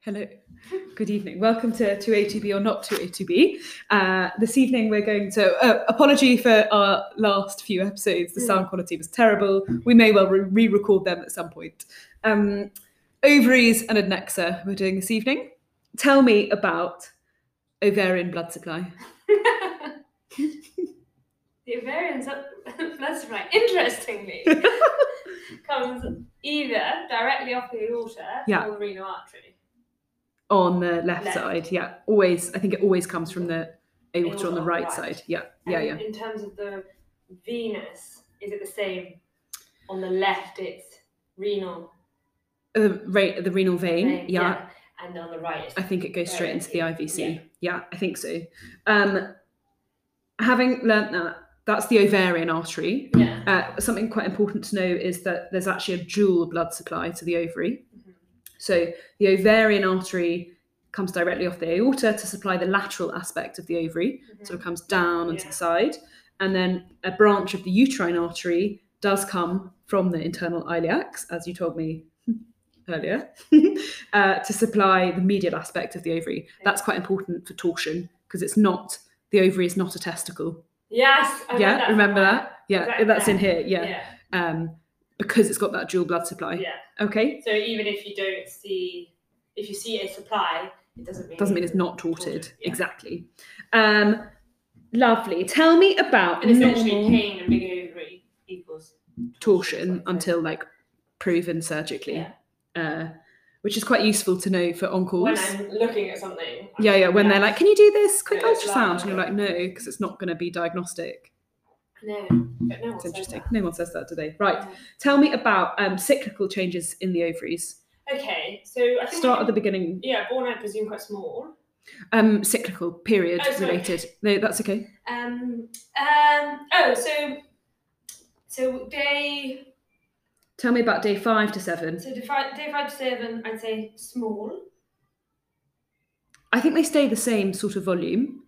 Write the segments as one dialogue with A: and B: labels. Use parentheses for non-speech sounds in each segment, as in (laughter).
A: Hello, good evening. Welcome to 2A2B or not 2A2B. Uh, this evening we're going to, uh, apology for our last few episodes, the sound quality was terrible. We may well re record them at some point. Um, ovaries and adnexa we're doing this evening. Tell me about ovarian blood supply.
B: the ovarians up (laughs) that's
A: (laughs)
B: right interestingly comes either directly off the aorta
A: Yeah.
B: or the renal artery
A: On the left,
B: Left.
A: side, yeah, always, I think it always comes from the aorta on the right,
B: Right.
A: side. Yeah, yeah, yeah.
B: And in terms of the venus is it the same on the left it's renal
A: The, re- the renal vein,
B: vein,
A: yeah.
B: and on the right
A: I think it goes straight
B: Yeah,
A: into the
B: yeah.
A: IVC. Yeah, I think so. Um, having learnt that, that's the ovarian artery.
B: yeah
A: Uh, something quite important to know is that there's actually a dual blood supply to the ovary.
B: Mhm.
A: So the ovarian artery comes directly off the aorta to supply the lateral aspect of the ovary,
B: Mm-hmm.
A: so it comes down and to
B: Yeah.
A: the side. And then a branch of the uterine artery does come from the internal iliacs, as you told me (laughs) earlier, (laughs) uh, to supply the medial aspect of the ovary. That's quite important for torsion because it's not, the ovary is not a testicle.
B: yes I
A: yeah,
B: know that.
A: remember that? Yeah,
B: Exactly
A: that's in
B: that.
A: here. Yeah.
B: yeah
A: Um, because it's got that dual blood supply.
B: yeah
A: Okay.
B: so even if you don't see if you see a supply it doesn't mean
A: Doesn't mean it's not
B: Torted,
A: torted.
B: yeah.
A: Exactly. Um, lovely. Tell me about
B: and essentially
A: normal-
B: pain and big ovary equals
A: torsion
B: so-
A: until like proven surgically,
B: Yeah.
A: uh, which is quite useful to know for on
B: when
A: calls.
B: I'm looking at something. I
A: Yeah, yeah. When they're
B: react.
A: like, "Can you do this quick
B: Yeah, it's
A: ultrasound?"
B: loud,
A: and you're
B: yeah.
A: like, "No," because it's not going to be diagnostic.
B: no, but no one
A: It's
B: says
A: interesting.
B: that.
A: No one says that today. Right.
B: Yeah.
A: Tell me about um, cyclical changes in the ovaries.
B: Okay, so I think
A: Start at the beginning.
B: yeah, born I presume quite small.
A: Um, cyclical period
B: Oh, sorry.
A: related. No, that's okay.
B: Um, um, oh, so so day
A: Tell me about day five to seven.
B: so day five, day five to seven, I'd say small.
A: I think they stay the same sort of volume.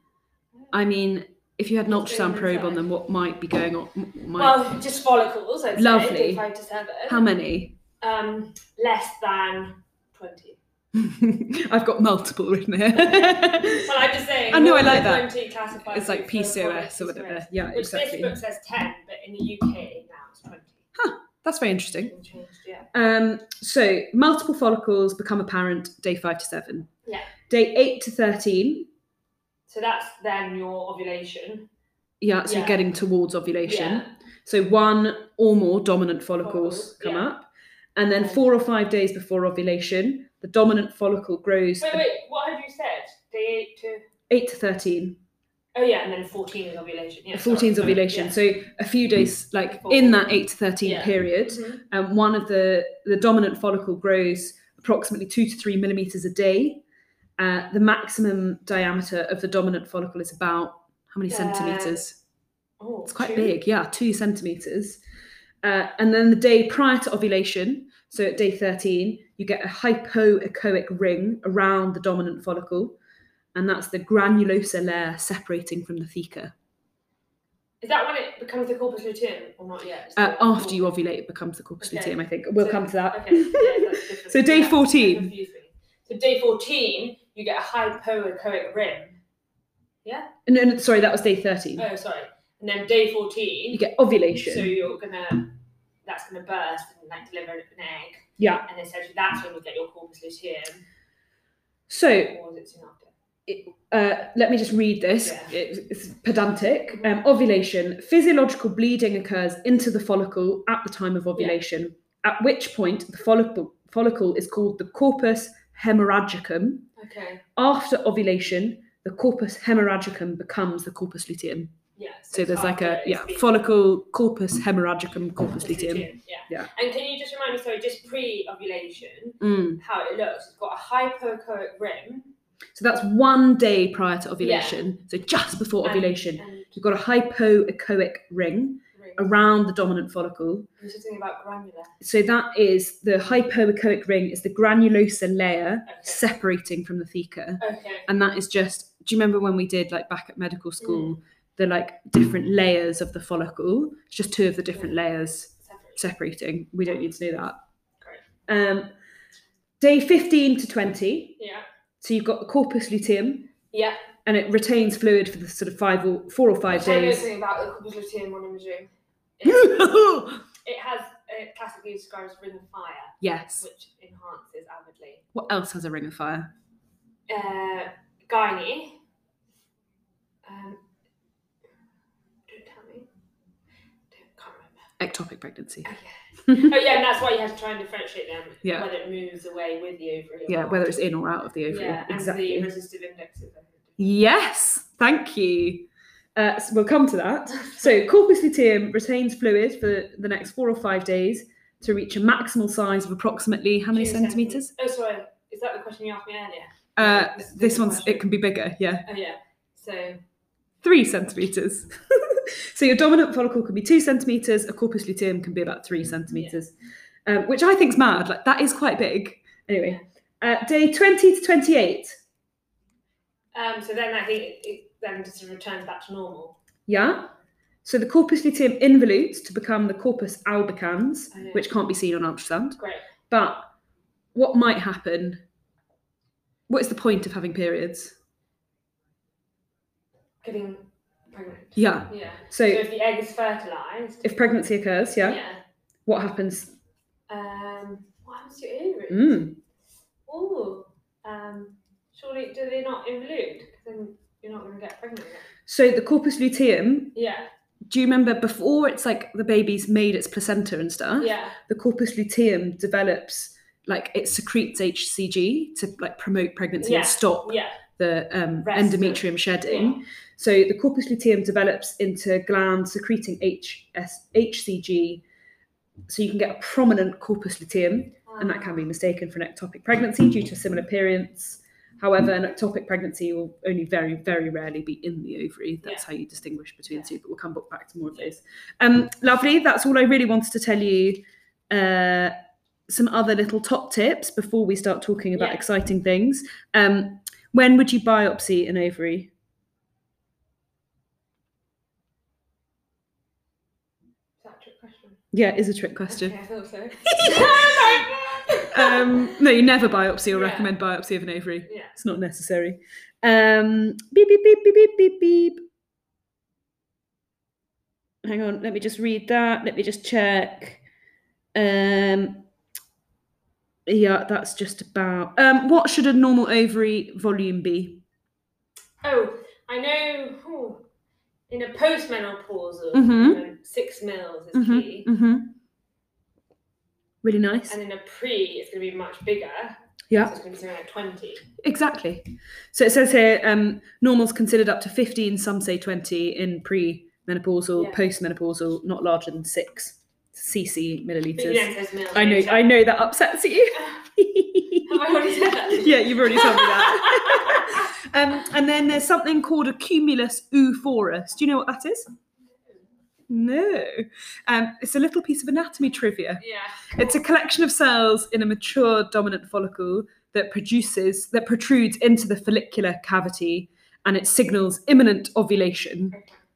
A: I mean, if you had an
B: What's going
A: ultrasound
B: on
A: probe on
B: inside?
A: them, what might be going on? m- Might,
B: Well, just follicles. I'd
A: Lovely.
B: say day five to seven.
A: how many?
B: um, less than twenty.
A: (laughs) I've got multiple written
B: (laughs)
A: here.
B: Well, I'm just saying.
A: I know, I
B: more
A: like
B: than
A: that.
B: Twenty classified.
A: it's like
B: as follicles
A: PCOS or whatever.
B: rates,
A: Yeah,
B: Which
A: exactly.
B: this book says ten, but in the UK now it's twenty.
A: That's very interesting.
B: It's been changed, yeah.
A: Um, so multiple follicles become apparent day five to seven.
B: Yeah.
A: Day eight to thirteen.
B: So that's then your ovulation.
A: Yeah, so you're
B: Yeah.
A: getting towards ovulation.
B: Yeah.
A: So one or more dominant follicles
B: Follicles,
A: come
B: yeah.
A: up, and then
B: Okay.
A: four or five days before ovulation, the dominant follicle grows
B: Wait, wait, what have you said? Day eight to
A: eight to thirteen.
B: Oh yeah, and then fourteen is ovulation. Yeah.
A: 14's
B: sorry.
A: ovulation.
B: Yeah.
A: So a few days, like
B: Before.
A: in that eight to thirteen
B: Yeah.
A: period,
B: Mhm.
A: um, one of the the dominant follicle grows approximately two to three millimeters a day. Uh, the maximum diameter of the dominant follicle is about how many
B: Uh,
A: centimeters?
B: Oh,
A: It's quite
B: two.
A: big, yeah, two centimeters. Uh, and then the day prior to ovulation, so at day 13, you get a hypoechoic ring around the dominant follicle, and that's the granulosa layer separating from the theca.
B: Is that when it becomes the corpus luteum or not yet?
A: Uh, after you ovulate, it becomes the corpus
B: Okay.
A: luteum, I think. We'll
B: So-
A: come to that.
B: Okay. yeah, that's different.
A: So day
B: Yeah, that
A: 14.
B: confused me. So day fourteen, you get a hypoechoic rim.
A: (laughs) no, no, sorry, that was day 13.
B: Oh, sorry. And then day fourteen,
A: You get ovulation.
B: so you're gonna that's gonna burst and like deliver an egg,
A: yeah.
B: and essentially that's when you get your corpus luteum.
A: So
B: Or is it soon after?
A: uh, let me just read this.
B: Yeah.
A: It's, it's pedantic. Um, ovulation. Physiological bleeding occurs into the follicle at the time of ovulation, at which point the follicle, follicle is called the corpus hemorrhagicum.
B: Okay.
A: After ovulation, the corpus hemorrhagicum becomes the corpus luteum.
B: Yeah.
A: So
B: it's
A: there's like a
B: after it's
A: yeah
B: been-
A: follicle corpus hemorrhagicum corpus
B: Corpus
A: luteum.
B: luteum, Yeah.
A: Yeah.
B: And can you just remind me, sorry, just pre-ovulation,
A: Mm.
B: how it looks? It's got a hypoechoic rim.
A: So that's one day prior to ovulation. So just before
B: and-
A: ovulation,
B: And,
A: you've got a hypoechoic ring
B: rim.
A: around the dominant follicle.
B: You're just thinking about granular.
A: So that is the hypoechoic ring is the granulosa layer
B: Okay.
A: separating from the theca.
B: Okay.
A: And that is just do you remember when we did like back at medical school the like different layers of the follicle? It's just two of the different layers
B: Separate.
A: separating. We don't need to know that.
B: Great.
A: Um, Day 15 to 20,
B: Yeah.
A: so you've got the corpus luteum
B: Yeah.
A: and it retains fluid for the sort of five or four or five
B: Which I know
A: days.
B: something about the Complutean one imagery. It has, it classically describes ring of fire,
A: (laughs) yes.
B: which enhances avidly.
A: What else has a ring of fire?
B: Uh, Gynae. Um, don't tell me. Don't, can't remember.
A: Ectopic pregnancy. (laughs)
B: Oh, yeah. oh, yeah, and that's why you have to try and differentiate them.
A: Yeah.
B: Whether it moves away with the ovary. or
A: Yeah,
B: not.
A: whether it's in or out of the ovary.
B: Yeah,
A: exactly.
B: and the resistive index is
A: Yes, thank you. Uh, s- we'll come to that. So, corpus luteum retains fluid for the next four or five days to reach a maximal size of approximately how many
B: Two
A: centimeters?
B: Oh, sorry. Is that the question you asked me earlier?
A: Uh,
B: This is a
A: this
B: different
A: one's
B: question.
A: it can be bigger. Yeah,
B: Oh, yeah. So,
A: three centimeters. (laughs) so your dominant follicle can be two centimeters. A corpus luteum can be about three centimeters, um, which I think's mad. Like that is quite big. Anyway, uh, day twenty to twenty-eight.
B: um, so then I think it, it then just returns back to normal.
A: Yeah. So the corpus luteum involutes to become the corpus albicans,
B: Oh, yeah.
A: which can't be seen on ultrasound.
B: Great.
A: But what might happen? What is the point of having periods?
B: Getting pregnant.
A: Yeah.
B: Yeah.
A: So
B: So if the egg is fertilized,
A: if pregnancy occurs, yeah, what happens?
B: Um, what happens to your ovaries?
A: Mm.
B: Ooh. Um, surely do they not involute? 'Cause Then you're not going to get pregnant. again.
A: So the corpus luteum,
B: Yeah.
A: do you remember before it's like the baby's made its placenta and stuff?
B: Yeah.
A: The corpus luteum develops like it secretes HCG to like promote pregnancy
B: Yeah.
A: and stop
B: Yeah.
A: the um,
B: Rest.
A: endometrium shedding. So the corpus luteum develops into gland secreting HS, HCG. So you can get a prominent corpus luteum, and that can be mistaken for an ectopic pregnancy due to a similar appearance. However, an ectopic pregnancy will only very, very rarely be in the ovary. That's how you distinguish between the two, but we'll come back to more of those. Um, lovely. That's all I really wanted to tell you. Uh, some other little top tips before we start talking about
B: Yeah.
A: exciting things. Um, when would you biopsy an ovary?
B: Is that a trick question?
A: Yeah, it is a trick question.
B: Okay, I
A: (laughs)
B: thought so.
A: um, no, you never biopsy or
B: Yeah.
A: recommend biopsy of an ovary.
B: yeah.
A: It's not necessary. Um, beep, beep, beep, beep, beep, beep, beep. Hang on, let me just read that. Let me just check. Um, yeah, that's just about. Um, what should a normal ovary volume be?
B: Oh, I know. oh, in a postmenopausal,
A: Mhm.
B: um, six mils is
A: Mhm,
B: key,
A: mhm. Really nice.
B: and in a pre, it's going to be much bigger. So
A: Yeah,
B: it's going to be something like twenty.
A: exactly. So it says here um, normal's considered up to 15, some say 20 in premenopausal,
B: Yeah.
A: postmenopausal, not larger than six cc
B: But
A: milliliters.
B: you then says mils.
A: I know, I know that upsets you.
B: (laughs) Have I already said that?
A: (laughs) yeah, you've already told me that. (laughs) um, and then there's something called a cumulus euphorus. Do you know what that is? No. Um, it's a little piece of anatomy trivia.
B: yeah.
A: It's a collection of cells in a mature dominant follicle that produces, that protrudes into the follicular cavity and it signals imminent ovulation.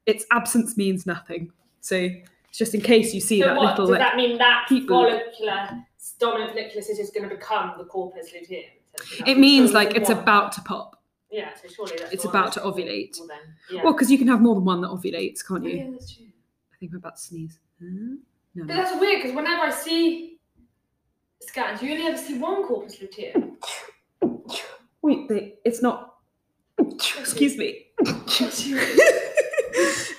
A: Its absence means nothing. So it's just in case you see
B: So
A: that
B: what
A: little
B: does
A: like,
B: that mean? That
A: people-
B: follicular dominant follicular cyst is going to become the corpus luteum. essentially?
A: it means
B: Surely
A: like
B: the
A: it's
B: one-
A: about to pop.
B: Yeah, so surely that's the
A: it's
B: one
A: about
B: that's
A: to ovulate.
B: Well, then, yeah.
A: Well, because you can have more than one that ovulates, can't
B: Oh,
A: you?
B: yeah, that's true.
A: I think I'm about to sneeze. Hmm? No.
B: But that's weird because whenever I see scans, you only ever see one corpus luteum.
A: Wait, they, it's not. (laughs) Excuse me. (laughs)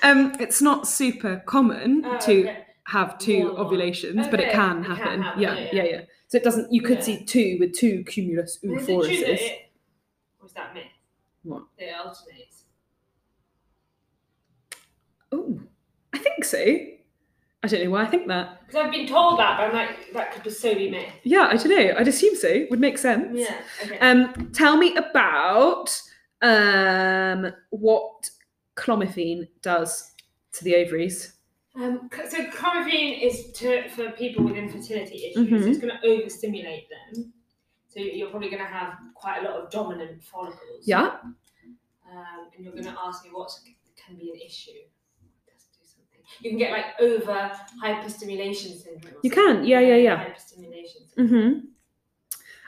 B: Oh,
A: um, it's not super common
B: Uh,
A: to
B: Oh, okay.
A: have two
B: More than one.
A: ovulations, but it
B: Okay,
A: can
B: it can
A: happen.
B: happen,
A: yeah,
B: yeah,
A: yeah,
B: yeah.
A: yeah, So it doesn't. You could
B: Yeah.
A: see two with two cumulus
B: Is it true that
A: euphoruses.
B: it- or is that myth?
A: What?
B: That It alternates.
A: Oh, I think so. I don't know why I think that.
B: Because I've been told that, but I'm like, that could be solely myth.
A: Yeah, I don't know. I'd assume so. Would make sense.
B: Yeah. Okay.
A: Um, tell me about um, what clomiphene does to the ovaries.
B: Um, c- so chlorophene is to, for people with infertility issues.
A: Mhm.
B: It's going to overstimulate them. So you're probably going to have quite a lot of dominant follicles.
A: Yeah.
B: Um, and you're going to ask me what can be an issue. Let's do something. You can get like over hyperstimulation syndrome. or
A: You
B: something.
A: can, yeah, yeah, yeah.
B: Hyperstimulation. syndrome.
A: Mm-hmm.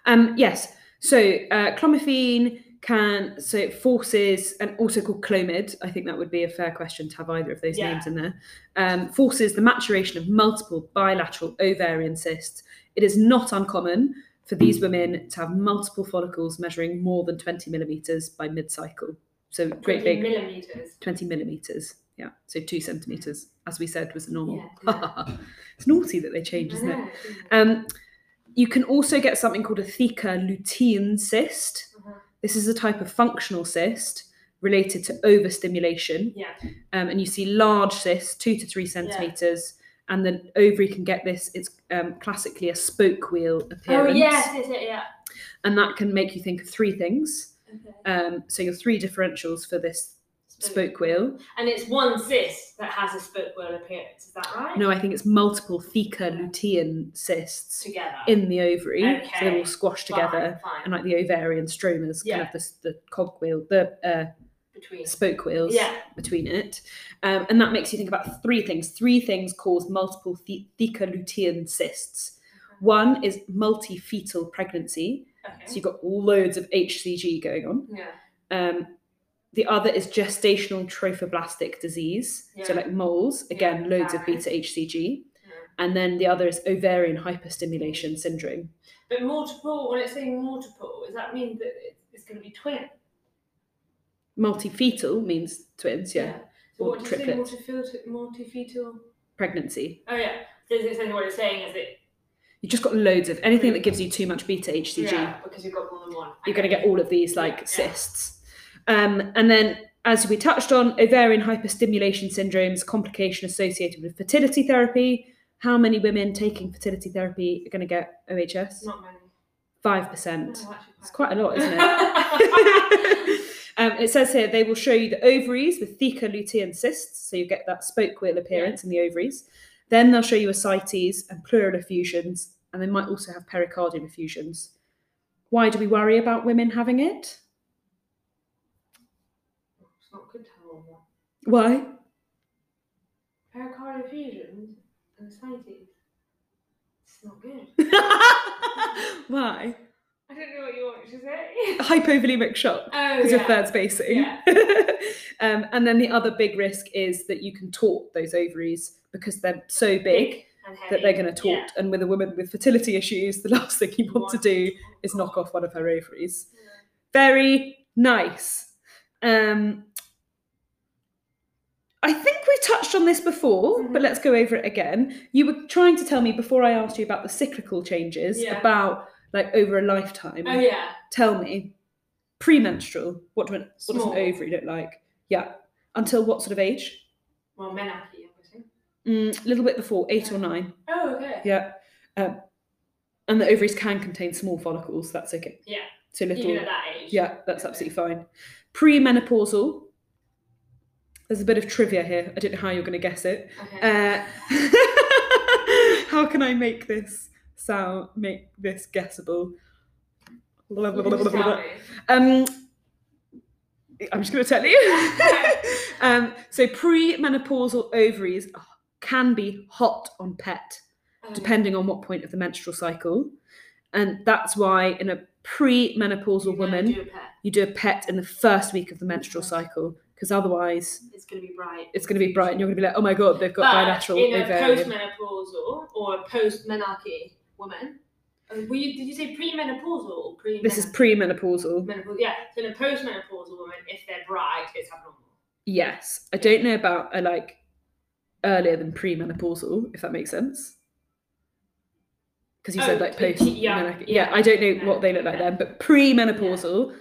A: Um, yes. So uh, clomiphene can so it forces and also called clomid. I think that would be a fair question to have either of those
B: Yeah.
A: names in there. Um, forces the maturation of multiple bilateral ovarian cysts. It is not uncommon for these women to have multiple follicles measuring more than twenty millimeters by mid-cycle. So great
B: 20
A: big
B: millimeters.
A: 20 millimeters. Yeah, so two centimeters, as we said, was (laughs) normal.
B: Yeah,
A: it's naughty that they Oh. change,
B: I
A: isn't it?
B: know.
A: Um, you can also get something called a theca lutein cyst.
B: Mhm.
A: This is a type of functional cyst related to overstimulation.
B: Yeah.
A: Um, and you see large cysts, two to three centimeters, and the ovary can get this. It's um, classically a spoke wheel
B: Oh
A: appearance.
B: yes, yes, yeah, yeah.
A: And that can make you think of three things.
B: Okay.
A: Um, so your three differentials for this spoke wheel.
B: And it's one cyst that has a spoke wheel appearance. Is that right?
A: No, I think it's multiple theca lutein cysts
B: Together.
A: in the ovary. So they're
B: Okay.
A: all squashed
B: Fine,
A: together.
B: Fine.
A: And like the ovarian stromas, kind
B: Yeah.
A: of the, s- the cogwheel, the uh,
B: Between.
A: spoke wheels
B: Yeah.
A: between it. Um, and that makes you think about three things. Three things cause multiple the- theca lutein cysts. One is multifetal pregnancy. So
B: Okay.
A: you've got loads of HCG going on.
B: Yeah.
A: Um, the other is gestational trophoblastic disease, so
B: Yeah.
A: like moles, again,
B: Yeah,
A: loads of
B: barren.
A: beta HCG.
B: Yeah.
A: And then the other is ovarian hyperstimulation syndrome.
B: But multiple. When it's saying multiple, does that mean that it- it's going to be twin?
A: Multifetal means twins, yeah,
B: So
A: Or
B: what do you say?
A: triplet.
B: Multifetal. Multifetal.
A: pregnancy.
B: Oh yeah. So it's essentially what it's saying is it.
A: You've just got loads of anything that gives you too much beta HCG,
B: Yeah. Because you've got more than one.
A: you're going to get all of these
B: Yeah,
A: like
B: yeah.
A: cysts. Um, and then, as we touched on, ovarian hyperstimulation syndromes, complication associated with fertility therapy. How many women taking fertility therapy are going to get OHS? (laughs)
B: Not many.
A: Five
B: No,
A: percent.
B: actually
A: It's quite a lot, isn't it? (laughs)
B: it?
A: um, it says here they will show you the ovaries with theca lutein cysts, so you get that spoke wheel appearance in the ovaries. Then they'll show you ascites and pleural effusions, and they might also have pericardial effusions. Why do we worry about women having it?
B: (laughs) it's not good to have all that.
A: Why? (laughs)
B: Pericardial effusions and ascites. It's not good.
A: Why?
B: I don't know what you want
A: (laughs)
B: to say.
A: Hypovolemic shock.
B: Oh,
A: Because you're
B: yeah.
A: third spacing.
B: Yeah.
A: (laughs) um, and then the other big risk is that you can tort those ovaries because they're so big
B: And
A: that
B: heavy.
A: they're going to
B: Yeah.
A: tort. And with a woman with fertility issues, (laughs) the last thing you want to do is knock off one of her ovaries. Very nice. Um, I think we touched on this before, but
B: Mhm.
A: let's go over it again. You were trying to tell me before I asked you about the cyclical changes
B: Yeah.
A: about like over a lifetime.
B: Oh yeah.
A: Tell me, premenstrual, what, do an, what does an
B: Small.
A: ovary look like? Yeah. Until what sort of age?
B: Well, menarche, obviously.
A: A little bit before, eight or nine.
B: Oh, okay.
A: Yeah. Um, and the ovaries can contain small follicles. That's okay.
B: Yeah.
A: So little.
B: Even at that age.
A: Yeah, that's absolutely fine. Premenopausal. There's a bit of trivia here. I don't know how you're going to guess it.
B: Okay.
A: Uh, (laughs) how can I make this sound, make this guessable? Blah, blah, blah,
B: You can
A: blah,
B: just
A: blah,
B: tell
A: blah.
B: me.
A: Um, I'm just going to tell you. (laughs) um, so premenopausal ovaries can be hot on pet
B: Um,
A: depending on what point of the menstrual cycle. And that's why in a pre-menopausal
B: you're gonna
A: woman,
B: do a pet.
A: you do a PET in the first week of the menstrual cycle because otherwise
B: It's going to be bright.
A: it's going to be bright and you're going to be like, oh my god, they've got
B: but
A: bilateral
B: in a
A: ovarian.
B: postmenopausal or a post-menarche woman, uh, were you, did you say premenopausal or pre?
A: This is pre-menopausal.
B: menopausal. Yeah. So in a postmenopausal woman, if they're bright, it's abnormal.
A: Yes, I don't know about a like earlier than pre-menopausal, if that makes sense. Because you said
B: Oh,
A: like
B: pre-
A: post,
B: yeah,
A: menarche-
B: yeah,
A: I don't know
B: no,
A: what they look like
B: yeah.
A: then, but pre-menopausal,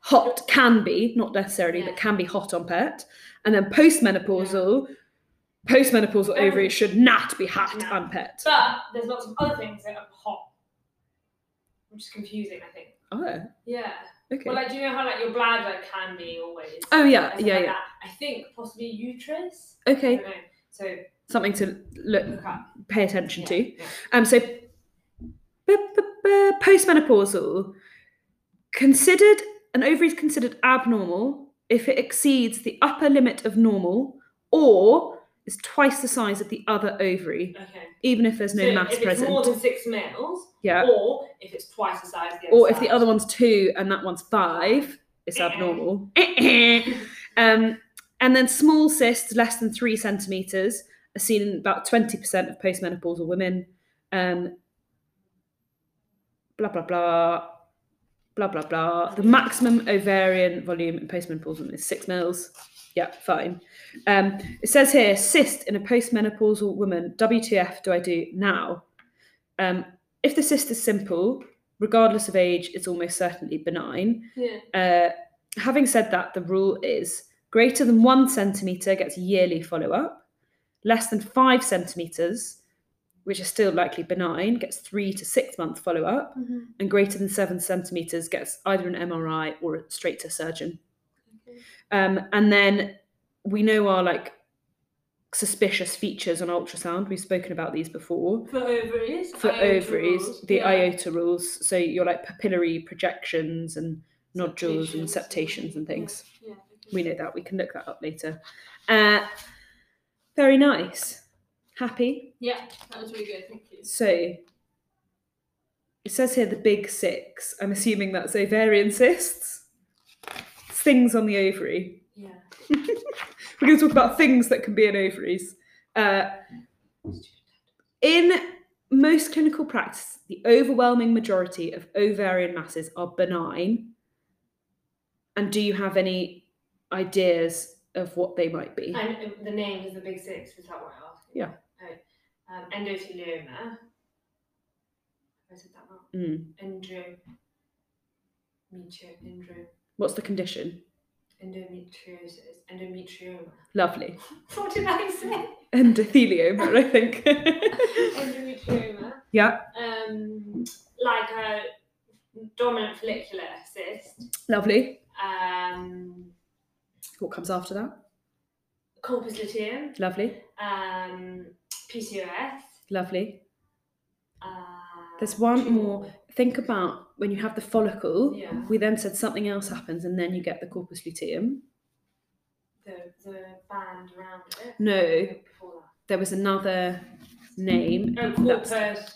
A: hot can be not necessarily,
B: Yeah.
A: but can be hot on pet, and then post-menopausal, post-menopausal
B: Oh.
A: ovaries should not be hot
B: No.
A: on pet.
B: But there's lots of other things that are hot, which is confusing, I think.
A: Oh,
B: Yeah.
A: okay.
B: Well, like, do you know how like your bladder can be always?
A: oh yeah,
B: I think
A: yeah,
B: like
A: yeah.
B: that. I think possibly uterus. I
A: Okay,
B: don't know. So
A: something to look,
B: look up.
A: pay attention
B: Yeah,
A: to.
B: yeah.
A: Um, so b- b- b- postmenopausal considered an ovary is considered abnormal if it exceeds the upper limit of normal or is twice the size of the other ovary,
B: Okay.
A: even if there's no
B: So
A: mass
B: if it's more
A: present.
B: than six males,
A: yeah.
B: or if it's twice the size of the other
A: Uh, Or if the
B: side.
A: other one's two and that one's five, it's
B: Eh-eh. (laughs)
A: abnormal. Eh-eh. um, and then small cysts, less than three centimeters, are seen in about 20% of postmenopausal women. Um, blah, blah, blah. Blah, blah, blah. The maximum ovarian volume in postmenopausal women is six mils. Yeah, fine. Um, it says here, cyst in a postmenopausal woman, WTF do I do now? Um, if the cyst is simple, regardless of age, it's almost certainly benign.
B: yeah.
A: Uh, having said that, the rule is greater than one centimetre gets yearly follow up, less than five centimetres, which is still likely benign, gets three to six month follow up,
B: Mm-hmm.
A: and greater than seven centimetres gets either an MRI or straight to surgeon. Um, and then we know our like suspicious features on ultrasound. We've spoken about these before
B: For ovaries.
A: for
B: iota
A: ovaries,
B: rules,
A: the
B: yeah.
A: iota rules. So your like papillary projections and nodules and
B: Septations.
A: septations and things.
B: Yeah. yeah, okay.
A: We know that. We can look that up later. Uh, very nice. Happy.
B: Yeah, that was really good. Thank you.
A: So it says here the big six. I'm assuming that's ovarian cysts. It's things on the ovary.
B: Yeah.
A: We're going to talk about things that can be in ovaries. Uh, In most clinical practice, the overwhelming majority of ovarian masses are benign. And do you have any ideas of what they might be?
B: And um, the name is the big six. Is that what I asked?
A: Yeah.
B: Right. Um, endothelioma. I said that wrong.
A: Mm.
B: Endo. Metro. Endo.
A: What's the condition?
B: Endometriosis. Endometrioma. (laughs)
A: Lovely.
B: What did I say?
A: Endothelioma, I think.
B: (laughs) Endometrioma.
A: yeah,
B: Um, like a dominant follicular cyst.
A: lovely.
B: Um,
A: What comes after that?
B: corpus luteum.
A: Lovely,
B: um, PCOS.
A: lovely.
B: Uh,
A: There's one
B: two-
A: more. Think about when you have the follicle.
B: Yeah,
A: We then said something else happens, and then you get the corpus luteum.
B: the, the band around it.
A: No.
B: Before
A: There was another name.
B: that. Oh,
A: That's-
B: corpus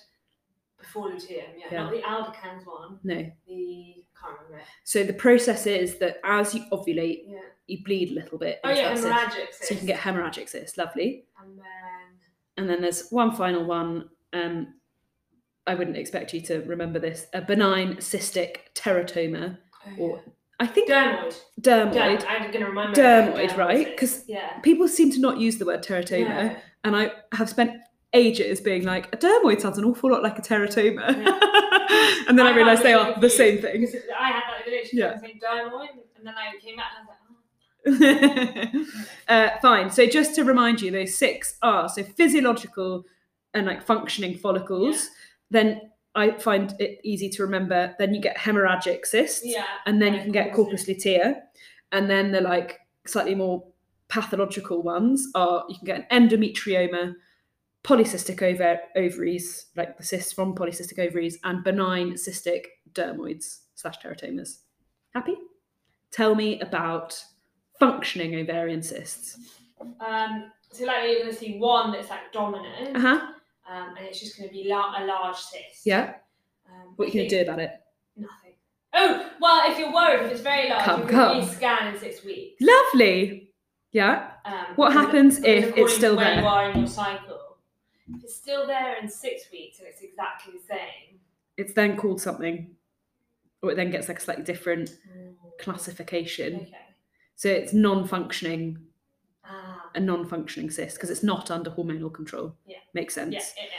B: before luteum. Yeah,
A: Yeah.
B: not the albicans one.
A: No,
B: The can't remember. it.
A: So the process is that as you ovulate,
B: Yeah.
A: you bleed a little bit.
B: Oh
A: into that
B: yeah,
A: cyst.
B: hemorrhagic cyst.
A: So you can get hemorrhagic cysts, lovely.
B: And then
A: And then there's one final one. Um, I wouldn't expect you to remember this. A benign cystic teratoma,
B: oh,
A: or I think
B: yeah. dermoid.
A: dermoid.
B: Dermoid. I'm gonna remember.
A: Dermoid, right?
B: cyst.
A: 'Cause
B: yeah.
A: People seem to not use the word teratoma,
B: Yeah.
A: and I have spent ages being like, a dermoid sounds an awful lot like a teratoma, (laughs) and then I,
B: I
A: realised they
B: have
A: are the same
B: Because
A: thing.
B: I had that literally
A: Yeah.
B: yeah. saying dermoid, and then I came back and I was like, oh,
A: (laughs) uh, fine. So just to remind you, those six are so physiological and like functioning follicles. Then I find it easy to remember. Then you get hemorrhagic cysts,
B: "Oh, yeah.
A: and then you
B: right,
A: can get corpus lutea, and then the like slightly more pathological ones are you can get an endometrioma, polycystic ova- ovaries, like the cysts from polycystic ovaries, and benign cystic dermoids slash teratomas. Happy? Tell me about functioning ovarian cysts.
B: Um, so like you're going to see one that's like dominant,
A: Uh huh.
B: um, and it's just going to be la- a large cyst.
A: Yeah.
B: Um,
A: What are you gonna do about it?
B: do? Nothing. Oh well, if you're worried, if it's very large,
A: Come,
B: you can
A: come.
B: scan in six weeks.
A: Lovely. Yeah.
B: Um,
A: What
B: because-
A: happens if
B: because
A: it's
B: according to
A: still
B: where
A: there?
B: you are in your cycle? If it's still there in six weeks and it's exactly the same.
A: It's then called something, or it then gets like a slightly different classification.
B: Okay.
A: So it's non-functioning,
B: Ah,
A: a non-functioning cyst because it's not under hormonal control.
B: Yeah.
A: Makes sense.
B: yeah, yeah,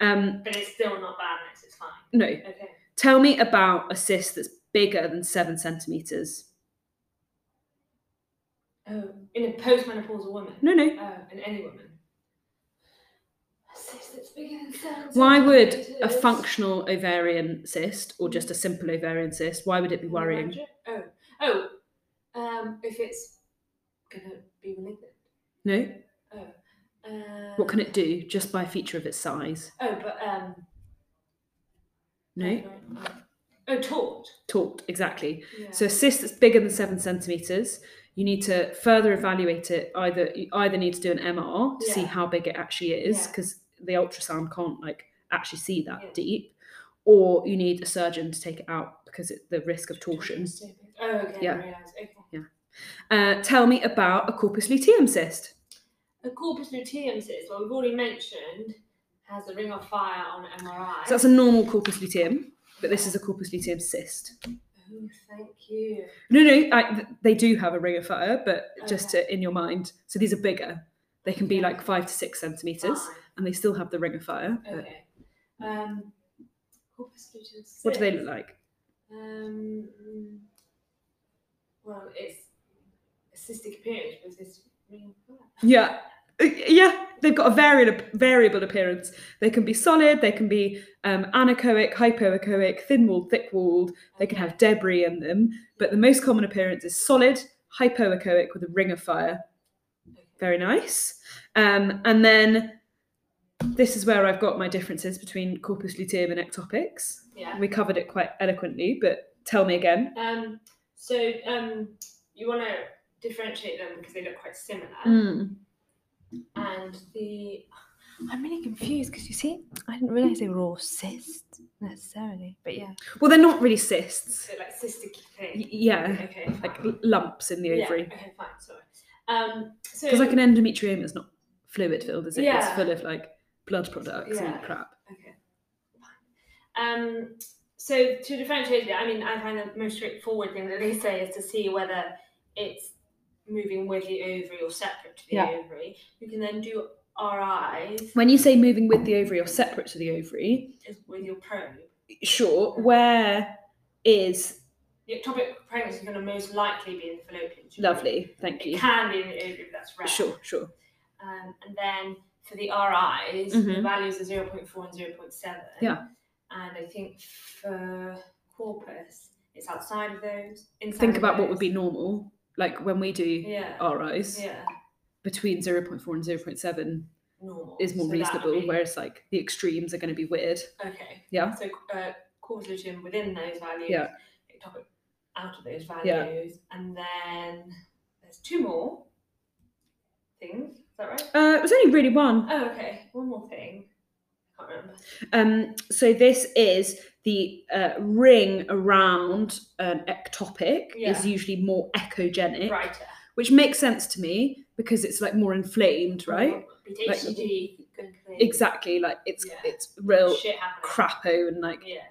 B: yeah.
A: Um,
B: But it's still not balanced. It's fine.
A: no.
B: Okay.
A: Tell me about a cyst that's bigger than seven centimeters.
B: Oh, in a postmenopausal woman.
A: No, no.
B: Oh, in any woman. A cyst that's bigger than seven
A: Why would a
B: centimetres.
A: functional ovarian cyst or
B: Mm.
A: just a simple ovarian cyst? Why would it be worrying?
B: Oh, oh, um, if it's gonna be malignant.
A: No.
B: Oh, uh,
A: What can it do just by a feature of its size?
B: Oh, but um,
A: No.
B: Oh, taut.
A: Talked exactly.
B: Yeah.
A: So a cyst that's bigger than seven centimeters. you need to further evaluate it. Either you either need to do an MR to see
B: Yeah.
A: how big it actually is
B: Yeah.
A: because the ultrasound can't like actually see that
B: Yeah.
A: deep, or you need a surgeon to take it out because it, the risk of torsion.
B: Oh, okay.
A: Yeah.
B: I realised. Okay.
A: Uh, tell me about a corpus luteum cyst.
B: A corpus luteum cyst, well, we've already mentioned, has a ring of fire on MRI.
A: So that's a normal corpus luteum, but this is a corpus luteum cyst.
B: Oh, thank you.
A: No, no, I, th- they do have a ring of fire, but just to, in your mind. So these are bigger. They can be
B: Yeah. Ah.
A: like five to six centimeters,
B: Fine.
A: and they still have the ring of fire. but
B: Okay. Um, corpus luteum cyst.
A: What do they look like?
B: Um, mm, well, it's a cystic appearance with this ring of fire.
A: Yeah, Uh, yeah, they've got a variable variable appearance. They can be solid. They can be um, anechoic, hypoechoic, thin-walled, thick-walled. They can
B: Okay.
A: have debris in them, but the most common appearance is solid, hypoechoic with a ring of fire. Very nice. Um, and then this is where I've got my differences between corpus luteum and ectopics.
B: Yeah.
A: We covered it quite eloquently, but tell me again.
B: Um, so um, you want to differentiate them because they look quite similar.
A: Mm.
B: And the I'm really confused because you see, I didn't realize they were all cysts necessarily, but yeah,
A: Well, they're not really cysts.
B: so like cystic
A: Y-
B: thing.
A: yeah,
B: Okay,
A: like
B: fine.
A: l- lumps in the
B: yeah,
A: ovary.
B: okay, fine, sorry. Um, so
A: Because like an endometrium is not fluid filled, is it? It's
B: Yeah.
A: full of like blood products
B: Yeah.
A: and crap.
B: Okay. Um, so to differentiate it, I mean, I find the most straightforward thing that they say is to see whether it's moving with the ovary or separate to the
A: Yeah.
B: ovary. You can then do RIs
A: When you say moving with the ovary or separate to the ovary,
B: is with your probe.
A: sure, where is
B: The ectopic pregnancy is going to most likely be in the fallopian tube.
A: lovely? Thank
B: It
A: you.
B: can be in the ovary, but that's rare.
A: Sure, sure.
B: Um, and then for the RIs,
A: Mhm.
B: the values are 0.4 and 0.7.
A: Yeah.
B: And I think for corpus, it's outside of those. Inside
A: Think
B: of
A: about what would
B: those.
A: be normal. Like when we do
B: Yeah.
A: RIs,
B: Yeah.
A: between 0.4 and 0.7
B: Normal.
A: is more
B: So that would
A: reasonable,
B: be-
A: whereas like the extremes are going to be weird.
B: Okay.
A: Yeah.
B: So uh, corpus luteum within those values.
A: Yeah.
B: Ectopic out of those values.
A: Yeah.
B: And then there's two more things. Is that right?
A: Uh, it was only really one.
B: Oh, okay. One more thing. I can't remember.
A: Um, so this is the uh, ring around an ectopic is
B: Yeah.
A: usually more echogenic,
B: Brighter.
A: which makes sense to me because it's like more inflamed, right? Like-
B: BTHCG. good thing.
A: Exactly, like it's
B: Oh. Yeah.
A: it's real
B: Shit happening.
A: crappo and like
B: Yeah.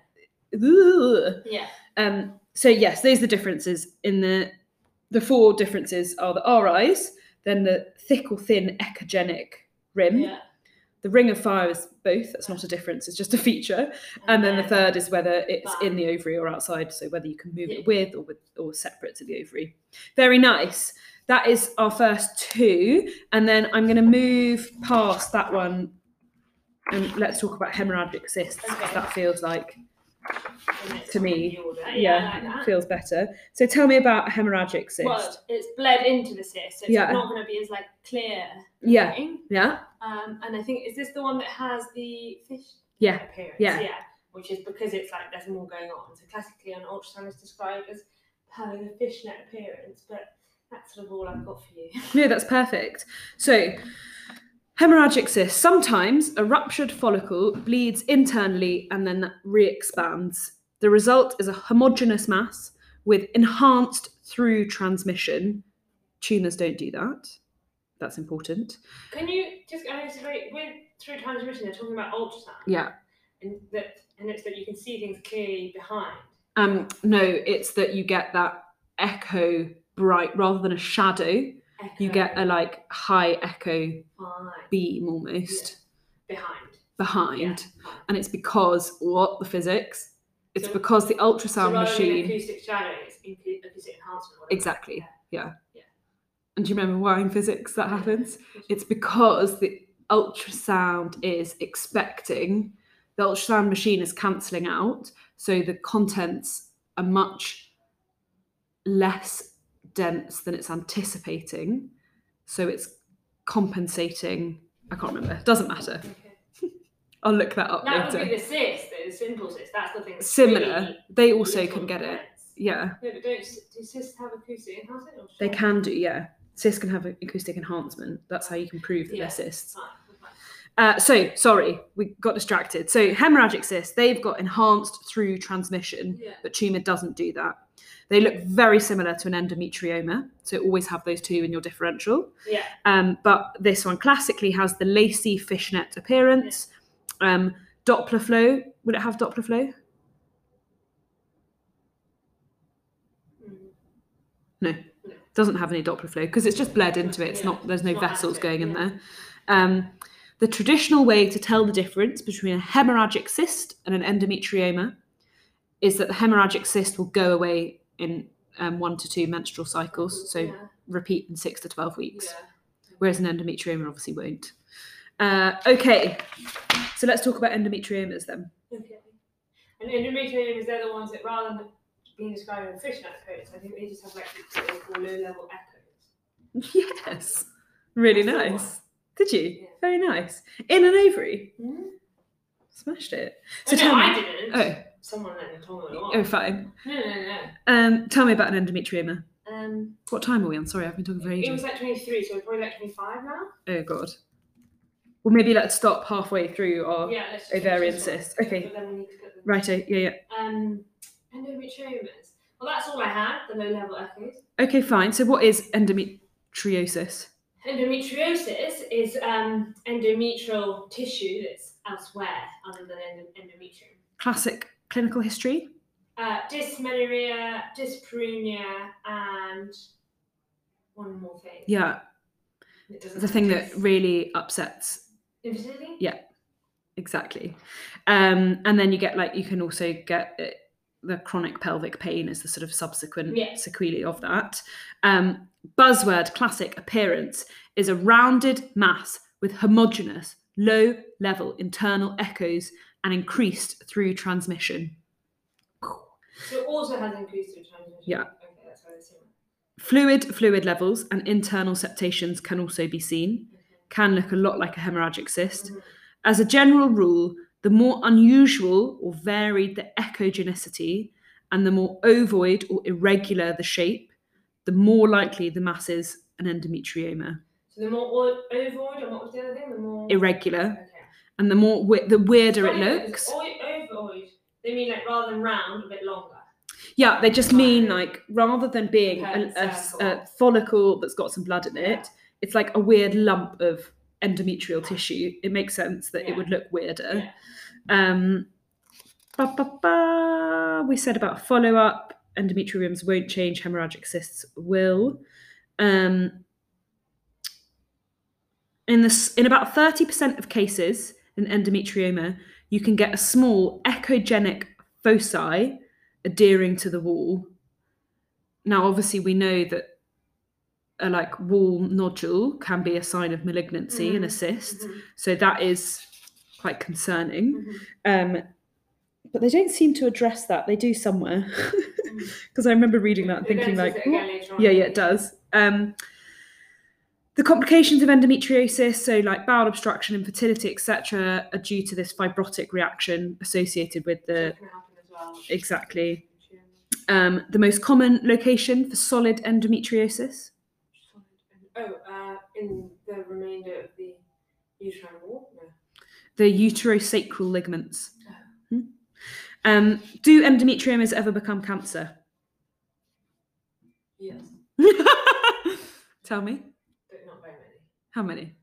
A: ugh.
B: Yeah.
A: um. So yes, those are the differences in the the four differences are the RIs, then the thick or thin echogenic rim.
B: Yeah.
A: The ring of fire is both. That's not a difference. It's just a feature. And then the third is whether it's in the ovary or outside, so whether you can move
B: Yeah.
A: it with or with or separate to the ovary. Very nice. That is our first two, and then I'm going to move past that one, and let's talk about hemorrhagic cysts. 'cause
B: Okay.
A: That feels like
B: the next
A: to
B: one in
A: me,
B: the order. Yeah.
A: yeah,
B: I like that.
A: feels better. So tell me about a hemorrhagic cyst.
B: Well, it's bled into the cyst, so it's
A: Yeah.
B: not going to be as like clear.
A: yeah,
B: thing.
A: yeah,
B: Um, and I think is this the one that has the fish
A: Yeah,
B: appearance?
A: yeah.
B: Which is because it's like there's more going on. So classically, an ultrasound is described as having a fishnet appearance, but that's sort of all I've got for you.
A: no, that's perfect. So. Hemorrhagic cyst. Sometimes a ruptured follicle bleeds internally and then that re expands. The result is a homogeneous mass with enhanced through transmission. Tumours don't do that. That's important.
B: Can you just? I know it's very with through transmission. They're talking about ultrasound.
A: Yeah.
B: And that and it's that you can see things clearly behind.
A: Um, no, it's that you get that echo bright rather than a shadow. You get a
B: Echo
A: like high echo
B: fine
A: beam almost
B: behind.
A: behind.
B: Yeah.
A: And it's because what the physics? It's
B: So-
A: because the ultrasound
B: so rather
A: machine.
B: Than acoustic shadow, it's acu- acoustic enhancement. whatever.
A: Exactly.
B: Yeah.
A: Yeah.
B: Yeah.
A: And do you remember why in physics that happens? It's because the ultrasound is expecting, the ultrasound machine is cancelling out. So the contents are much less dense than it's anticipating. So it's compensating. I can't remember. Doesn't matter.
B: Okay.
A: I'll look that up
B: That
A: later.
B: would be the cyst, the simple cyst. That's the thing. that's
A: Similar.
B: really
A: they also
B: little
A: can get it.
B: difference.
A: yeah,
B: No, but don't do cysts have acoustic enhancement? Or
A: they
B: should-
A: can do. Yeah, cysts can have acoustic enhancement. That's how you can prove that
B: Yeah.
A: they're cysts.
B: Fine, fine.
A: Uh, so sorry, we got distracted. So hemorrhagic cysts, they've got enhanced through transmission,
B: Yeah.
A: but tumor doesn't do that. They look very similar to an endometrioma, so always have those two in your differential.
B: Yeah.
A: Um, but this one classically has the lacy fishnet appearance. Um, Doppler flow. Would it have Doppler flow?
B: Mm.
A: Doesn't have any Doppler flow because it's just bled into it. It's
B: Yeah,
A: not. There's no
B: it's not
A: vessels
B: active,
A: going in
B: yeah.
A: there. Um, the traditional way to tell the difference between a hemorrhagic cyst and an endometrioma is that the hemorrhagic cyst will go away in um, one to two menstrual cycles, so
B: yeah.
A: repeat in six to twelve weeks.
B: yeah.
A: whereas an endometrioma obviously won't. Uh, okay, so let's talk about endometriomas then. (laughs)
B: Okay. And endometriomas, they're the ones that rather than being described in fishnet coats, I think they just have like what they call low level echoes.
A: Yes, really
B: I saw one.
A: nice. Did you?
B: Yeah.
A: Very nice. In an ovary,
B: Mm-hmm.
A: smashed it. Hmm? So
B: So no,
A: tell
B: I
A: me.
B: didn't.
A: Oh,
B: Someone let them told me
A: oh, fine.
B: No, no, no.
A: Um, tell me about an endometrioma.
B: no. Um,
A: What time are we on? Sorry, I've been talking for
B: it was
A: ages.
B: like 23, so we're probably like 25 now.
A: Oh God. Well, maybe let's stop halfway through our
B: yeah, let's just
A: ovarian
B: finish this
A: cyst.
B: one.
A: Okay.
B: But then we need to put them.
A: Righto. Yeah, yeah.
B: Um, endometriomas. Well, that's all I had. The low level echoes.
A: Okay, fine. So, what is endometriosis?
B: Endometriosis is um, endometrial tissue that's elsewhere other than endo- endometrium.
A: Classic clinical history.
B: uh, dysmenorrhea, dyspareunia, and one more thing.
A: Yeah,
B: It doesn't
A: the thing that
B: exist.
A: really upsets
B: infertility.
A: Yeah. exactly um and then you get like you can also get uh, the chronic pelvic pain as the sort of subsequent
B: Yeah.
A: sequelae of that um buzzword classic appearance is a rounded mass with homogeneous low level internal echoes and increased through transmission
B: So it also has increased with transmission.
A: Yeah.
B: Okay, that's what I assume.
A: fluid fluid levels and internal septations can also be seen
B: Okay.
A: can look a lot like a hemorrhagic cyst
B: Mhm.
A: As a general rule, the more unusual or varied the echogenicity and the more ovoid or irregular the shape, the more likely the mass is an endometrioma.
B: So the more o- ovoid, and what was the other thing? The more
A: Irregular,
B: Okay.
A: and the more wi- the weirder it
B: Sorry, no, 'cause
A: looks.
B: oi- ovoid. They mean like rather than round, a bit longer.
A: Yeah, they just mean like rather than being
B: Okay,
A: a, a s-
B: circle.
A: a follicle that's got some blood in it,
B: Yeah.
A: it's like a weird lump of endometrial tissue. It makes sense that it
B: Yeah.
A: would look weirder.
B: Yeah.
A: Um, ba, ba, ba. We said about follow up. Endometriums won't change. Hemorrhagic cysts will. Um, in this, in about thirty percent of cases in endometrioma, you can get a small echogenic foci adhering to the wall. Now, obviously, we know that a like wall nodule can be a sign of malignancy and a
B: Mhm.
A: cyst,
B: Mhm,
A: so that is quite concerning.
B: mhm,
A: Um, but they don't seem to address that. They do somewhere. (laughs)
B: mhm.
A: Because I remember reading that and
B: It
A: thinking,
B: mentions
A: like,
B: it
A: "What?"
B: again later on.
A: yeah, yeah, it does. Um, the complications of endometriosis, so like bowel obstruction, infertility, etc., are due to this fibrotic reaction associated with
B: So
A: the
B: it can happen as well.
A: exactly
B: Endometrium,
A: um, the most common location for solid endometriosis.
B: solid end- Oh, uh, in the remainder of the uterine wall. No.
A: the uterosacral ligaments.
B: Oh.
A: Hmm. Um, do endometriomas ever become cancer?
B: Yes,
A: Tell me,
B: but not very many.
A: how many?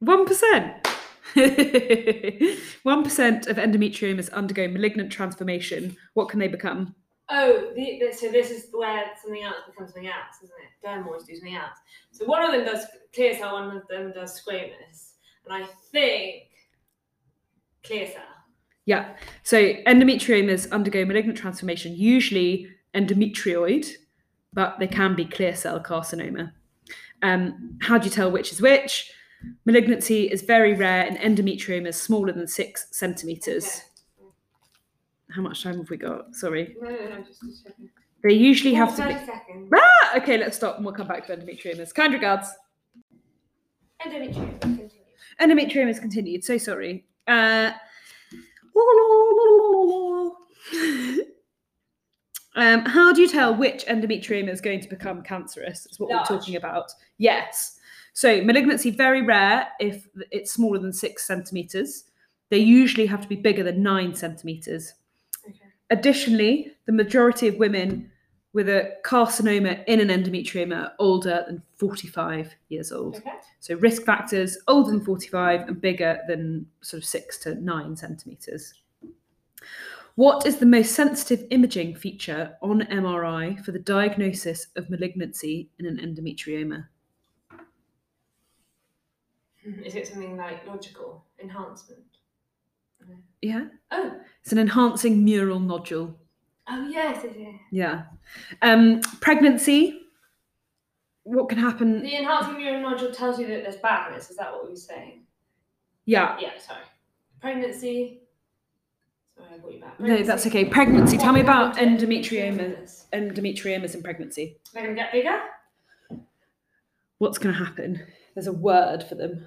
B: One percent.
A: (laughs) 1%. 1% of endometriomas undergo malignant transformation. What can they become?
B: Oh, the, the, so this is where something else becomes something else, isn't it? Derm always do something else. So one of them does clear cell, one of them does squamous, and I think clear cell.
A: Yeah. So endometriomas undergo malignant transformation, usually endometrioid, but they can be clear cell carcinoma. Um, how do you tell which is which? Malignancy is very rare in endometriomas smaller than six centimeters. How much time have we got? Sorry.
B: Okay. No, no, no, just, just checking.
A: They usually
B: Oh,
A: have to
B: 30
A: be.
B: seconds.
A: Ah, okay, let's stop and we'll come back to endometriomas. Kind regards.
B: Endometriosis. Continue.
A: Endometriomas continued. So sorry. Uh, (laughs) Um, how do you tell which endometrium is going to become cancerous? Is what
B: Large.
A: we're talking about. Yes. So malignancy very rare if it's smaller than six centimeters. They usually have to be bigger than nine centimeters.
B: Okay.
A: Additionally, the majority of women with a carcinoma in an endometrium are older than 45 years old.
B: Okay.
A: So risk factors older than 45 and bigger than sort of six to nine centimetres. What is the most sensitive imaging feature on MRI for the diagnosis of malignancy in an endometrioma?
B: Is it something like logical enhancement?
A: Yeah,
B: Oh,
A: it's an enhancing mural nodule.
B: oh yes, it is.
A: Yeah. Um, pregnancy. What can happen?
B: The enhancing neural nodule tells you that there's badness. Is that what we were saying?
A: Yeah.
B: Yeah, sorry. Pregnancy. Sorry, I brought you back.
A: No, that's
B: Pregnancy.
A: okay. Pregnancy. Tell me
B: What
A: about
B: happened to
A: endometrioma,
B: endometriomas?
A: endometriomas in pregnancy.
B: They're going to get bigger?
A: What's going to happen? There's a word for them.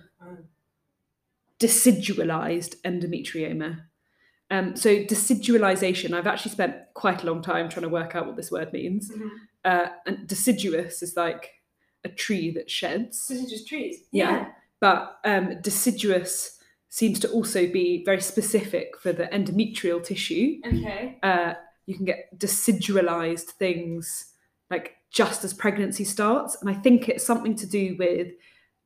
A: decidualized endometrioma. Um, so decidualization, I've actually spent quite a long time trying to work out what this word means.
B: Mhm.
A: Uh, and deciduous is like a tree that sheds,
B: This is just trees.
A: Yeah. but um, deciduous seems to also be very specific for the endometrial tissue.
B: Yeah. Okay.
A: Uh, you can get decidualized things like just as pregnancy starts, and I think it's something to do with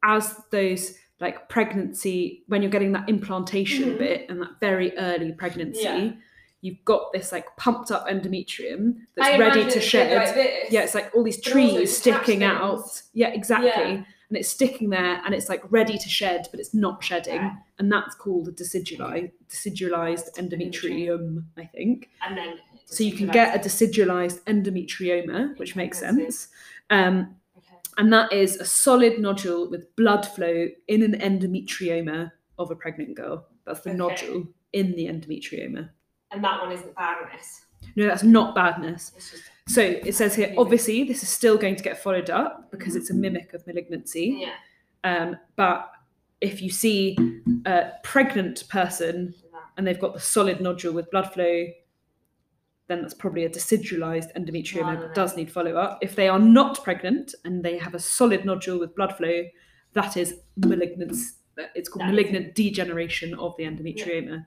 A: as those like pregnancy when you're getting that implantation
B: Mhm.
A: bit and that very early pregnancy
B: Yeah.
A: you've got this like pumped up endometrium
B: I
A: that's
B: imagine
A: ready
B: it's
A: to
B: big
A: shed
B: Like this.
A: yeah it's like all these
B: But also
A: trees
B: it's attached
A: sticking
B: things.
A: out yeah exactly
B: Yeah.
A: and it's sticking there and it's like ready to shed but it's not shedding
B: Right.
A: and that's called a deciduli- decidualized endometrium i think
B: And then.
A: so you can get a decidualized endometrioma which makes
B: Pregnancy.
A: sense um,
B: Okay.
A: and that is a solid nodule with blood flow in an endometrioma of a pregnant girl. That's the
B: Okay.
A: nodule in the endometrioma.
B: And that one isn't badness.
A: No, that's not badness.
B: It's just.
A: So it says here,
B: Mimic.
A: obviously, this is still going to get followed up because it's a mimic of malignancy.
B: Yeah.
A: Um, but if you see a pregnant person and they've got the solid nodule with blood flow, then that's probably a decidualized endometrioma
B: Rather
A: that does need follow up. If they are not pregnant and they have a solid nodule with blood flow, that is malignant. It's called
B: That is-
A: malignant degeneration of the endometrioma.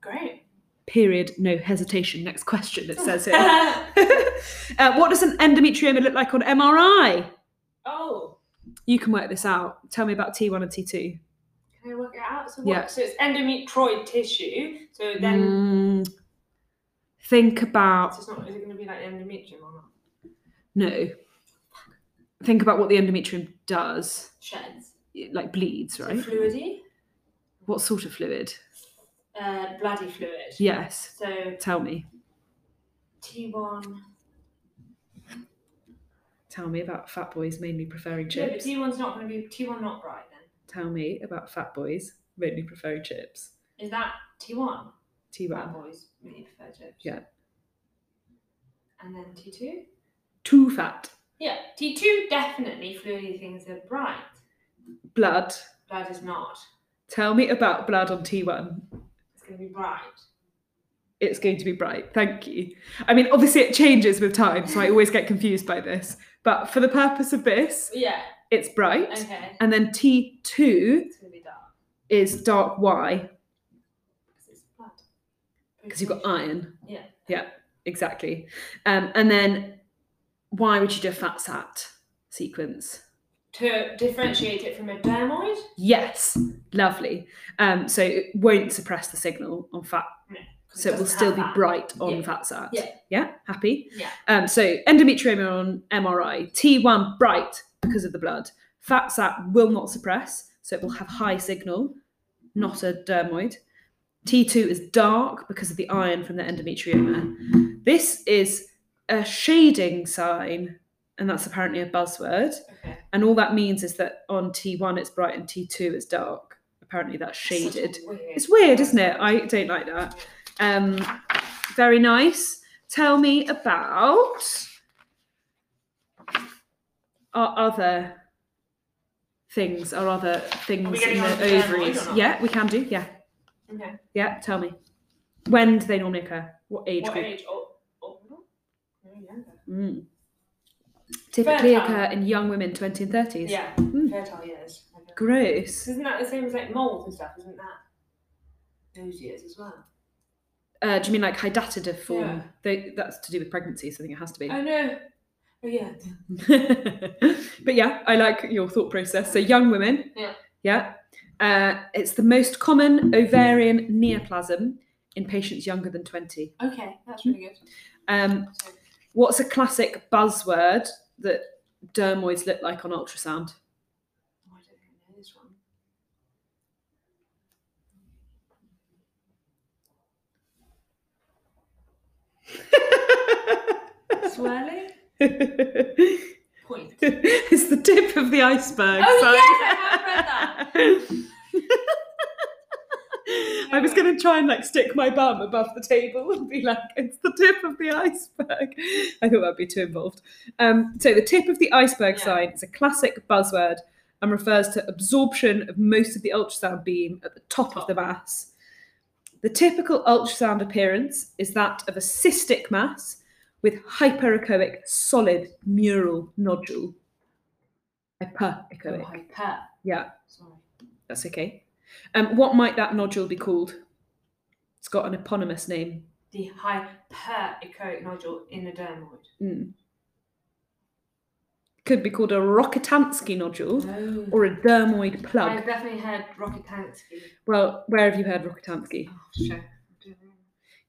B: Great.
A: Period. No hesitation. Next question. It says
B: (laughs)
A: here. (laughs) uh, what does an endometrioma look like on MRI?
B: oh.
A: You can work this out. Tell me about T1 and T2.
B: Can I work it out? So, what,
A: Yeah.
B: so it's endometroid tissue. So then,
A: Mm, think about
B: it's just not, is it going to be like endometrium or not?
A: No. Think about what the endometrium does.
B: Sheds.
A: It, like bleeds, right?
B: So fluidy,
A: What sort of fluid?
B: uh, bloody fluid.
A: Yes.
B: So
A: Tell me.
B: T1.
A: Tell me about fat boys mainly preferring
B: Yeah, but
A: chips.
B: T1's not going to be T1 not right then.
A: Tell me about fat boys mainly preferring chips.
B: Is that T1? Fat
A: T1.
B: boys really prefer chips.
A: Yeah.
B: And then T2?
A: Too fat.
B: Yeah. T2 definitely fluidy things are right.
A: Blood.
B: Blood is not.
A: Tell me about blood on T1.
B: It's going to be bright.
A: It's going to be bright. Thank you. I mean, obviously, it changes with time, so I always get confused by this. But for the purpose of this,
B: Yeah.
A: it's bright.
B: Okay.
A: And then T2
B: It's going to be dark
A: is dark Y.
B: because it's blood.
A: because you've got iron.
B: Yeah.
A: Yeah, exactly. Um, and then why would you do a fat sat sequence?
B: to differentiate it from a dermoid.
A: Yes, lovely. Um, so it won't suppress the signal on fat,
B: 'cause
A: so it will
B: doesn't
A: still
B: have
A: be
B: that.
A: bright on
B: Yeah.
A: fat sat.
B: Yeah.
A: yeah, happy.
B: Yeah.
A: Um, so endometrioma on MRI T1 bright because of the blood. Fat sat will not suppress, so it will have high signal, not a dermoid. T2 is dark because of the iron from the endometrioma. This is a shading sign, and that's apparently a buzzword.
B: Okay.
A: And all that means is that on T1 it's bright and T2 it's dark. Apparently that's shaded.
B: Such a weird-
A: It's weird, isn't it? I don't like that. Um, very nice. Tell me about our other things, our other
B: Are we
A: things
B: getting
A: in
B: on to
A: the
B: the
A: ovaries.
B: dermoid or not?
A: Yeah, we can do. Yeah,
B: Okay.
A: yeah. Tell me. When do they normally occur? What age
B: What
A: group?
B: age? Oh, oh, no.
A: Mm.
B: Fertile.
A: Typically occur in young women, 20 and 30s.
B: Yeah,
A: Mm.
B: fertile years.
A: Gross.
B: Isn't that the same as like moles and stuff? Isn't that those years as well?
A: Uh, do you mean like hydatidiform? form?
B: Yeah.
A: They, that's to do with pregnancy, so I think it has to be.
B: I know. Oh yeah.
A: (laughs) but yeah, I like your thought process. So young women.
B: Yeah.
A: Yeah. Uh, it's the most common ovarian neoplasm in patients younger than 20.
B: Okay, that's really good.
A: Um,
B: So,
A: what's a classic buzzword that dermoids look like on
B: (laughs)
A: ultrasound? (laughs)
B: oh, I don't think I know this one. Swirly? (laughs) Point.
A: it's the tip of the iceberg.
B: Oh,
A: sorry.
B: yes,
A: I was going to try and like stick my bum above the table and be like, it's the tip of the iceberg. I thought that'd be too involved. Um, so, the tip of the iceberg
B: Yeah.
A: sign is a classic buzzword and refers to absorption of most of the ultrasound beam at the top of the mass. The typical ultrasound appearance is that of a cystic mass with hyperechoic solid mural nodule. Hyperechoic.
B: Oh, pet.
A: Yeah,
B: (laughs) Sorry.
A: that's okay. Um, what might that nodule be called? It's got an eponymous name.
B: The hyperechoic nodule in the dermoid.
A: Mm. Could be called a Rokitansky nodule
B: No.
A: or a dermoid plug.
B: I've definitely heard Rocket Tansky.
A: Well, where have you heard Rokitansky?
B: Oh, shit. Hmm.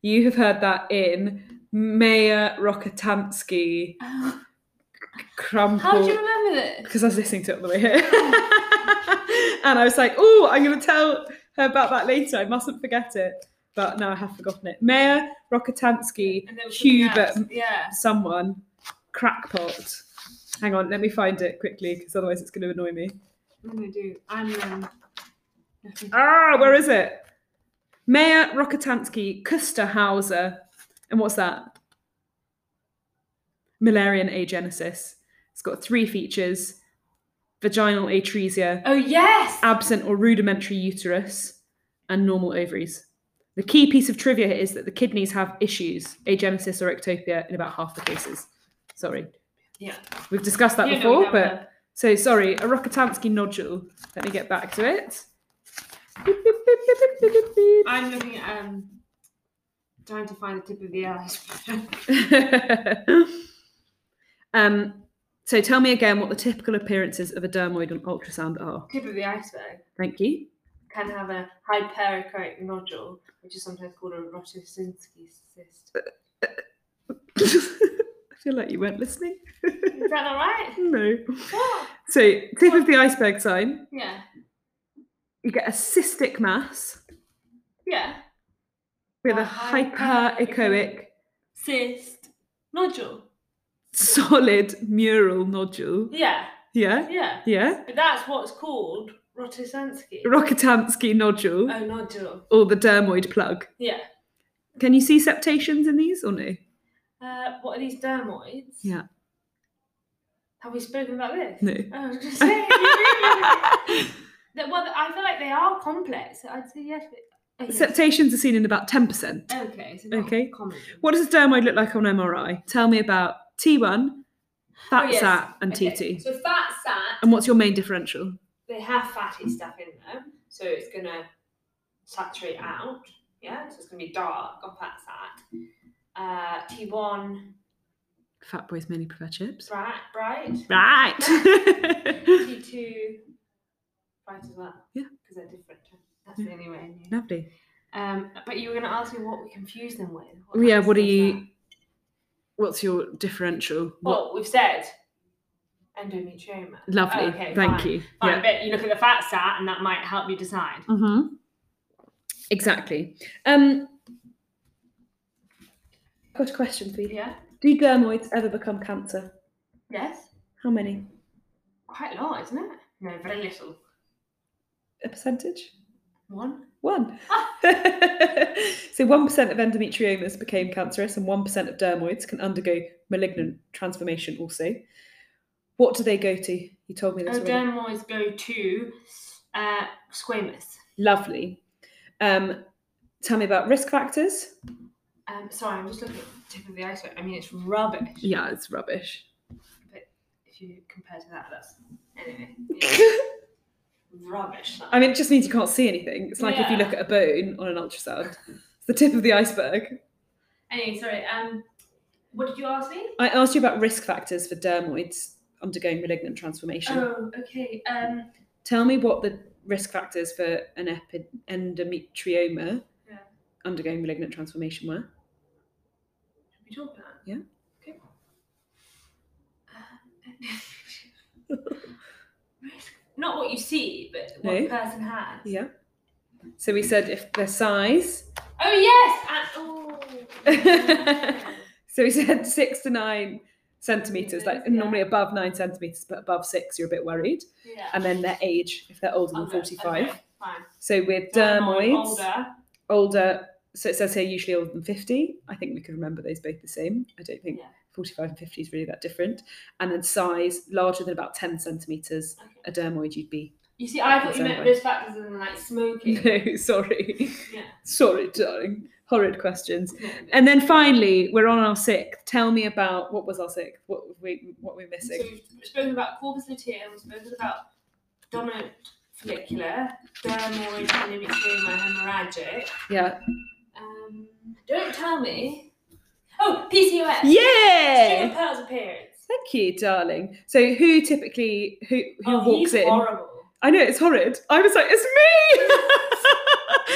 A: You have heard that in Mayor Rokitansky Crumple.
B: Oh. How do you remember this?
A: because I was listening to it on the way here. (laughs) and I was like, oh, I'm going to tell her about that later. I mustn't forget it. But now I have forgotten it. Mayor Rokotansky,
B: And there was something
A: Hubert,
B: else. Yeah.
A: someone, crackpot. Hang on, let me find it quickly because otherwise it's going to annoy me.
B: I'm gonna do. I'm. Um, nothing.
A: Ah, where is it? Mayor Rokotansky, Kusterhauser. And what's that? Malarian agenesis. It's got three features vaginal atresia,
B: oh yes.
A: absent or rudimentary uterus and normal ovaries. The key piece of trivia is that the kidneys have issues, agenesis or ectopia, in about half the cases. Sorry.
B: Yeah.
A: We've discussed that
B: You know
A: before,
B: that
A: but
B: one.
A: so sorry, a Rokotansky nodule. Let me get back to it. (laughs)
B: I'm looking at um, trying to find the tip of the iceberg.
A: um, so tell me again what the typical appearances of a dermoid on ultrasound are.
B: (laughs) tip of the iceberg
A: Thank you. (laughs)
B: can have a hyperechoic nodule, which is sometimes called a Rotosinski
A: (laughs)
B: cyst.
A: I feel like you weren't listening.
B: Is that all right?
A: No.
B: What?
A: So, tip of the iceberg sign,
B: Yeah.
A: you get a cystic mass
B: Yeah.
A: with a
B: A
A: hyperechoic
B: hyperechoic. Cyst. Nodule.
A: solid mural nodule.
B: Yeah.
A: Yeah?
B: Yeah.
A: Yeah?
B: But that's what's called Rotosinski.
A: Rokotansky nodule
B: oh, nodule.
A: or the dermoid plug.
B: Yeah.
A: Can you see septations in these or no?
B: Uh, what are these dermoids?
A: Yeah.
B: Have we spoken about this?
A: No.
B: Oh, I was
A: (laughs)
B: just saying. That- well, I feel like they are complex. so I'd say yes. but- Okay,
A: Septations are seen in about 10%.
B: okay so not
A: Okay.
B: common.
A: What does a dermoid look like on MRI? Tell me about T1, fat
B: Oh, yes.
A: sat, and
B: Okay,
A: TT.
B: So fat sat,
A: And what's your main differential?
B: they have fatty stuff in them, so it's gonna saturate out. Yeah, so it's gonna be dark on fat sat. Uh, T1
A: Fat boys mainly prefer chips.
B: bright, bright.
A: Right. (laughs)
B: (laughs) T2 bright as well.
A: Yeah.
B: because they're different. That's
A: Yeah.
B: the only way I knew.
A: Lovely.
B: Um, but you were going to ask me what we confuse them with.
A: Yeah,
B: else
A: what are
B: is Oh,
A: you-
B: there?
A: What's your differential? What?
B: Well, we've said endometrioma.
A: Lovely.
B: Okay,
A: Thank
B: fine.
A: you.
B: Fine, but you look at the fat sat, and that might help you decide.
A: Yeah. hmm Exactly. Um, I've got a question for you.
B: Yeah.
A: Do dermoids ever become cancer?
B: Yes.
A: How many?
B: Quite a lot, isn't it? No, very little.
A: A percentage?
B: One.
A: One.
B: Ah.
A: (laughs) so 1% of endometriomas became cancerous and 1% of dermoids can undergo malignant transformation also. What do they go to? You told me this
B: Oh,
A: already.
B: dermoids go to uh, squamous.
A: Lovely. Um, tell me about risk factors.
B: Um, sorry, I'm just looking at the tip of the iceberg. I mean, it's rubbish.
A: Yeah, it's rubbish.
B: If you compare to that, that's anyway. yeah. rubbish.
A: (laughs) I mean, it just means you can't see anything. It's like if you
B: Yeah.
A: look at a bone on an ultrasound, it's the tip of the iceberg.
B: anyway, sorry. Um, what did you ask me?
A: I asked you about risk factors for dermoids undergoing malignant transformation.
B: Oh, okay. Um,
A: Tell me what the risk factors for an epi- endometrioma
B: Yeah.
A: undergoing malignant transformation were.
B: we talked about.
A: Yeah. (laughs)
B: Okay. Uh, risk. Not what you see, but what
A: No.
B: the person has.
A: Yeah. So we said if their size.
B: Oh yes, oh. and oh.
A: (laughs) So we said six to nine centimeters, like
B: Centimetres, yeah.
A: normally above nine centimeters, but above six, you're a bit worried.
B: yeah.
A: And then their age, if they're older than
B: Okay,
A: 45.
B: okay, fine.
A: So with
B: Dermoid,
A: dermoids, older.
B: Older.
A: so it says here usually older than 50. I think we can remember those both the same. I don't think
B: Yeah.
A: 45 and 50 is really that different. And then size, larger than about 10 centimeters,
B: Okay.
A: a dermoid you'd be. (laughs)
B: You see, I thought you meant
A: Dermoid.
B: risk factors and
A: (laughs)
B: like smoking.
A: No, sorry.
B: Yeah.
A: Sorry, darling. Horrid questions.
B: No,
A: And then finally, we're on our sixth. Tell me about what was our sixth? What were we what were we
B: So
A: missing?
B: we've spoken about corpus luteum, we've spoken about dominant follicular, dermoid, endometrioma, hemorrhagic.
A: Yeah.
B: Um, don't tell me. Oh, PCOS. String
A: Yeah.
B: of pearls appearance.
A: Thank you, darling. So who typically who who
B: oh,
A: walks
B: he's
A: in?
B: horrible.
A: I know it's horrid. I was like, it's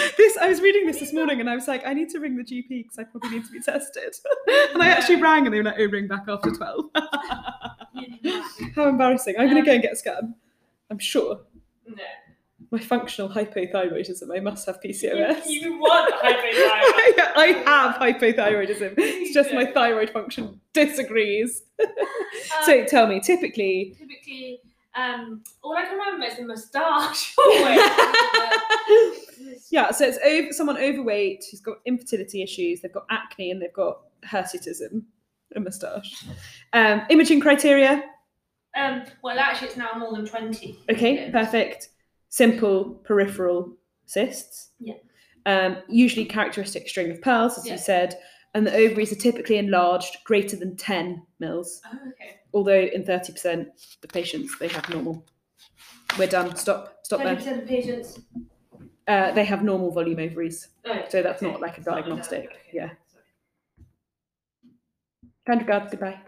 A: me. (laughs) this I was reading this this morning, and I was like, I need to ring the GP because I probably need to be tested. (laughs) and I actually rang, and they were like, oh, ring back after twelve. (laughs)
B: (laughs) Really bad.
A: How embarrassing! I'm gonna
B: Um,
A: go and get a scan. I'm sure
B: no.
A: my functional hypothyroidism. I must have
B: You,
A: PCOS. (laughs)
B: you want hypothyroid.
A: I have hypothyroidism. It's just my
B: Yeah.
A: thyroid function disagrees.
B: Um,
A: So tell me, typically,
B: typically, um, all I can remember is
A: (laughs)
B: the moustache. (laughs) always.
A: yeah. So it's over, someone overweight who's got infertility issues. They've got acne and they've got hirsutism, a moustache. Um, imaging criteria.
B: um, well, actually, it's now more than Oh, 20.
A: Okay, perfect. Simple peripheral cysts.
B: Yeah.
A: Um, usually characteristic string of pearls, as
B: Yeah.
A: you said, and the ovaries are typically enlarged greater than ten mils.
B: Oh, okay.
A: although in 30% the patients they have normal we're done stop stop
B: 20%
A: there
B: of patients.
A: uh, they have normal volume ovaries
B: Oh,
A: so that's
B: okay.
A: not like a
B: It's not
A: diagnostic
B: okay.
A: yeah
B: Sorry.
A: kind regards goodbye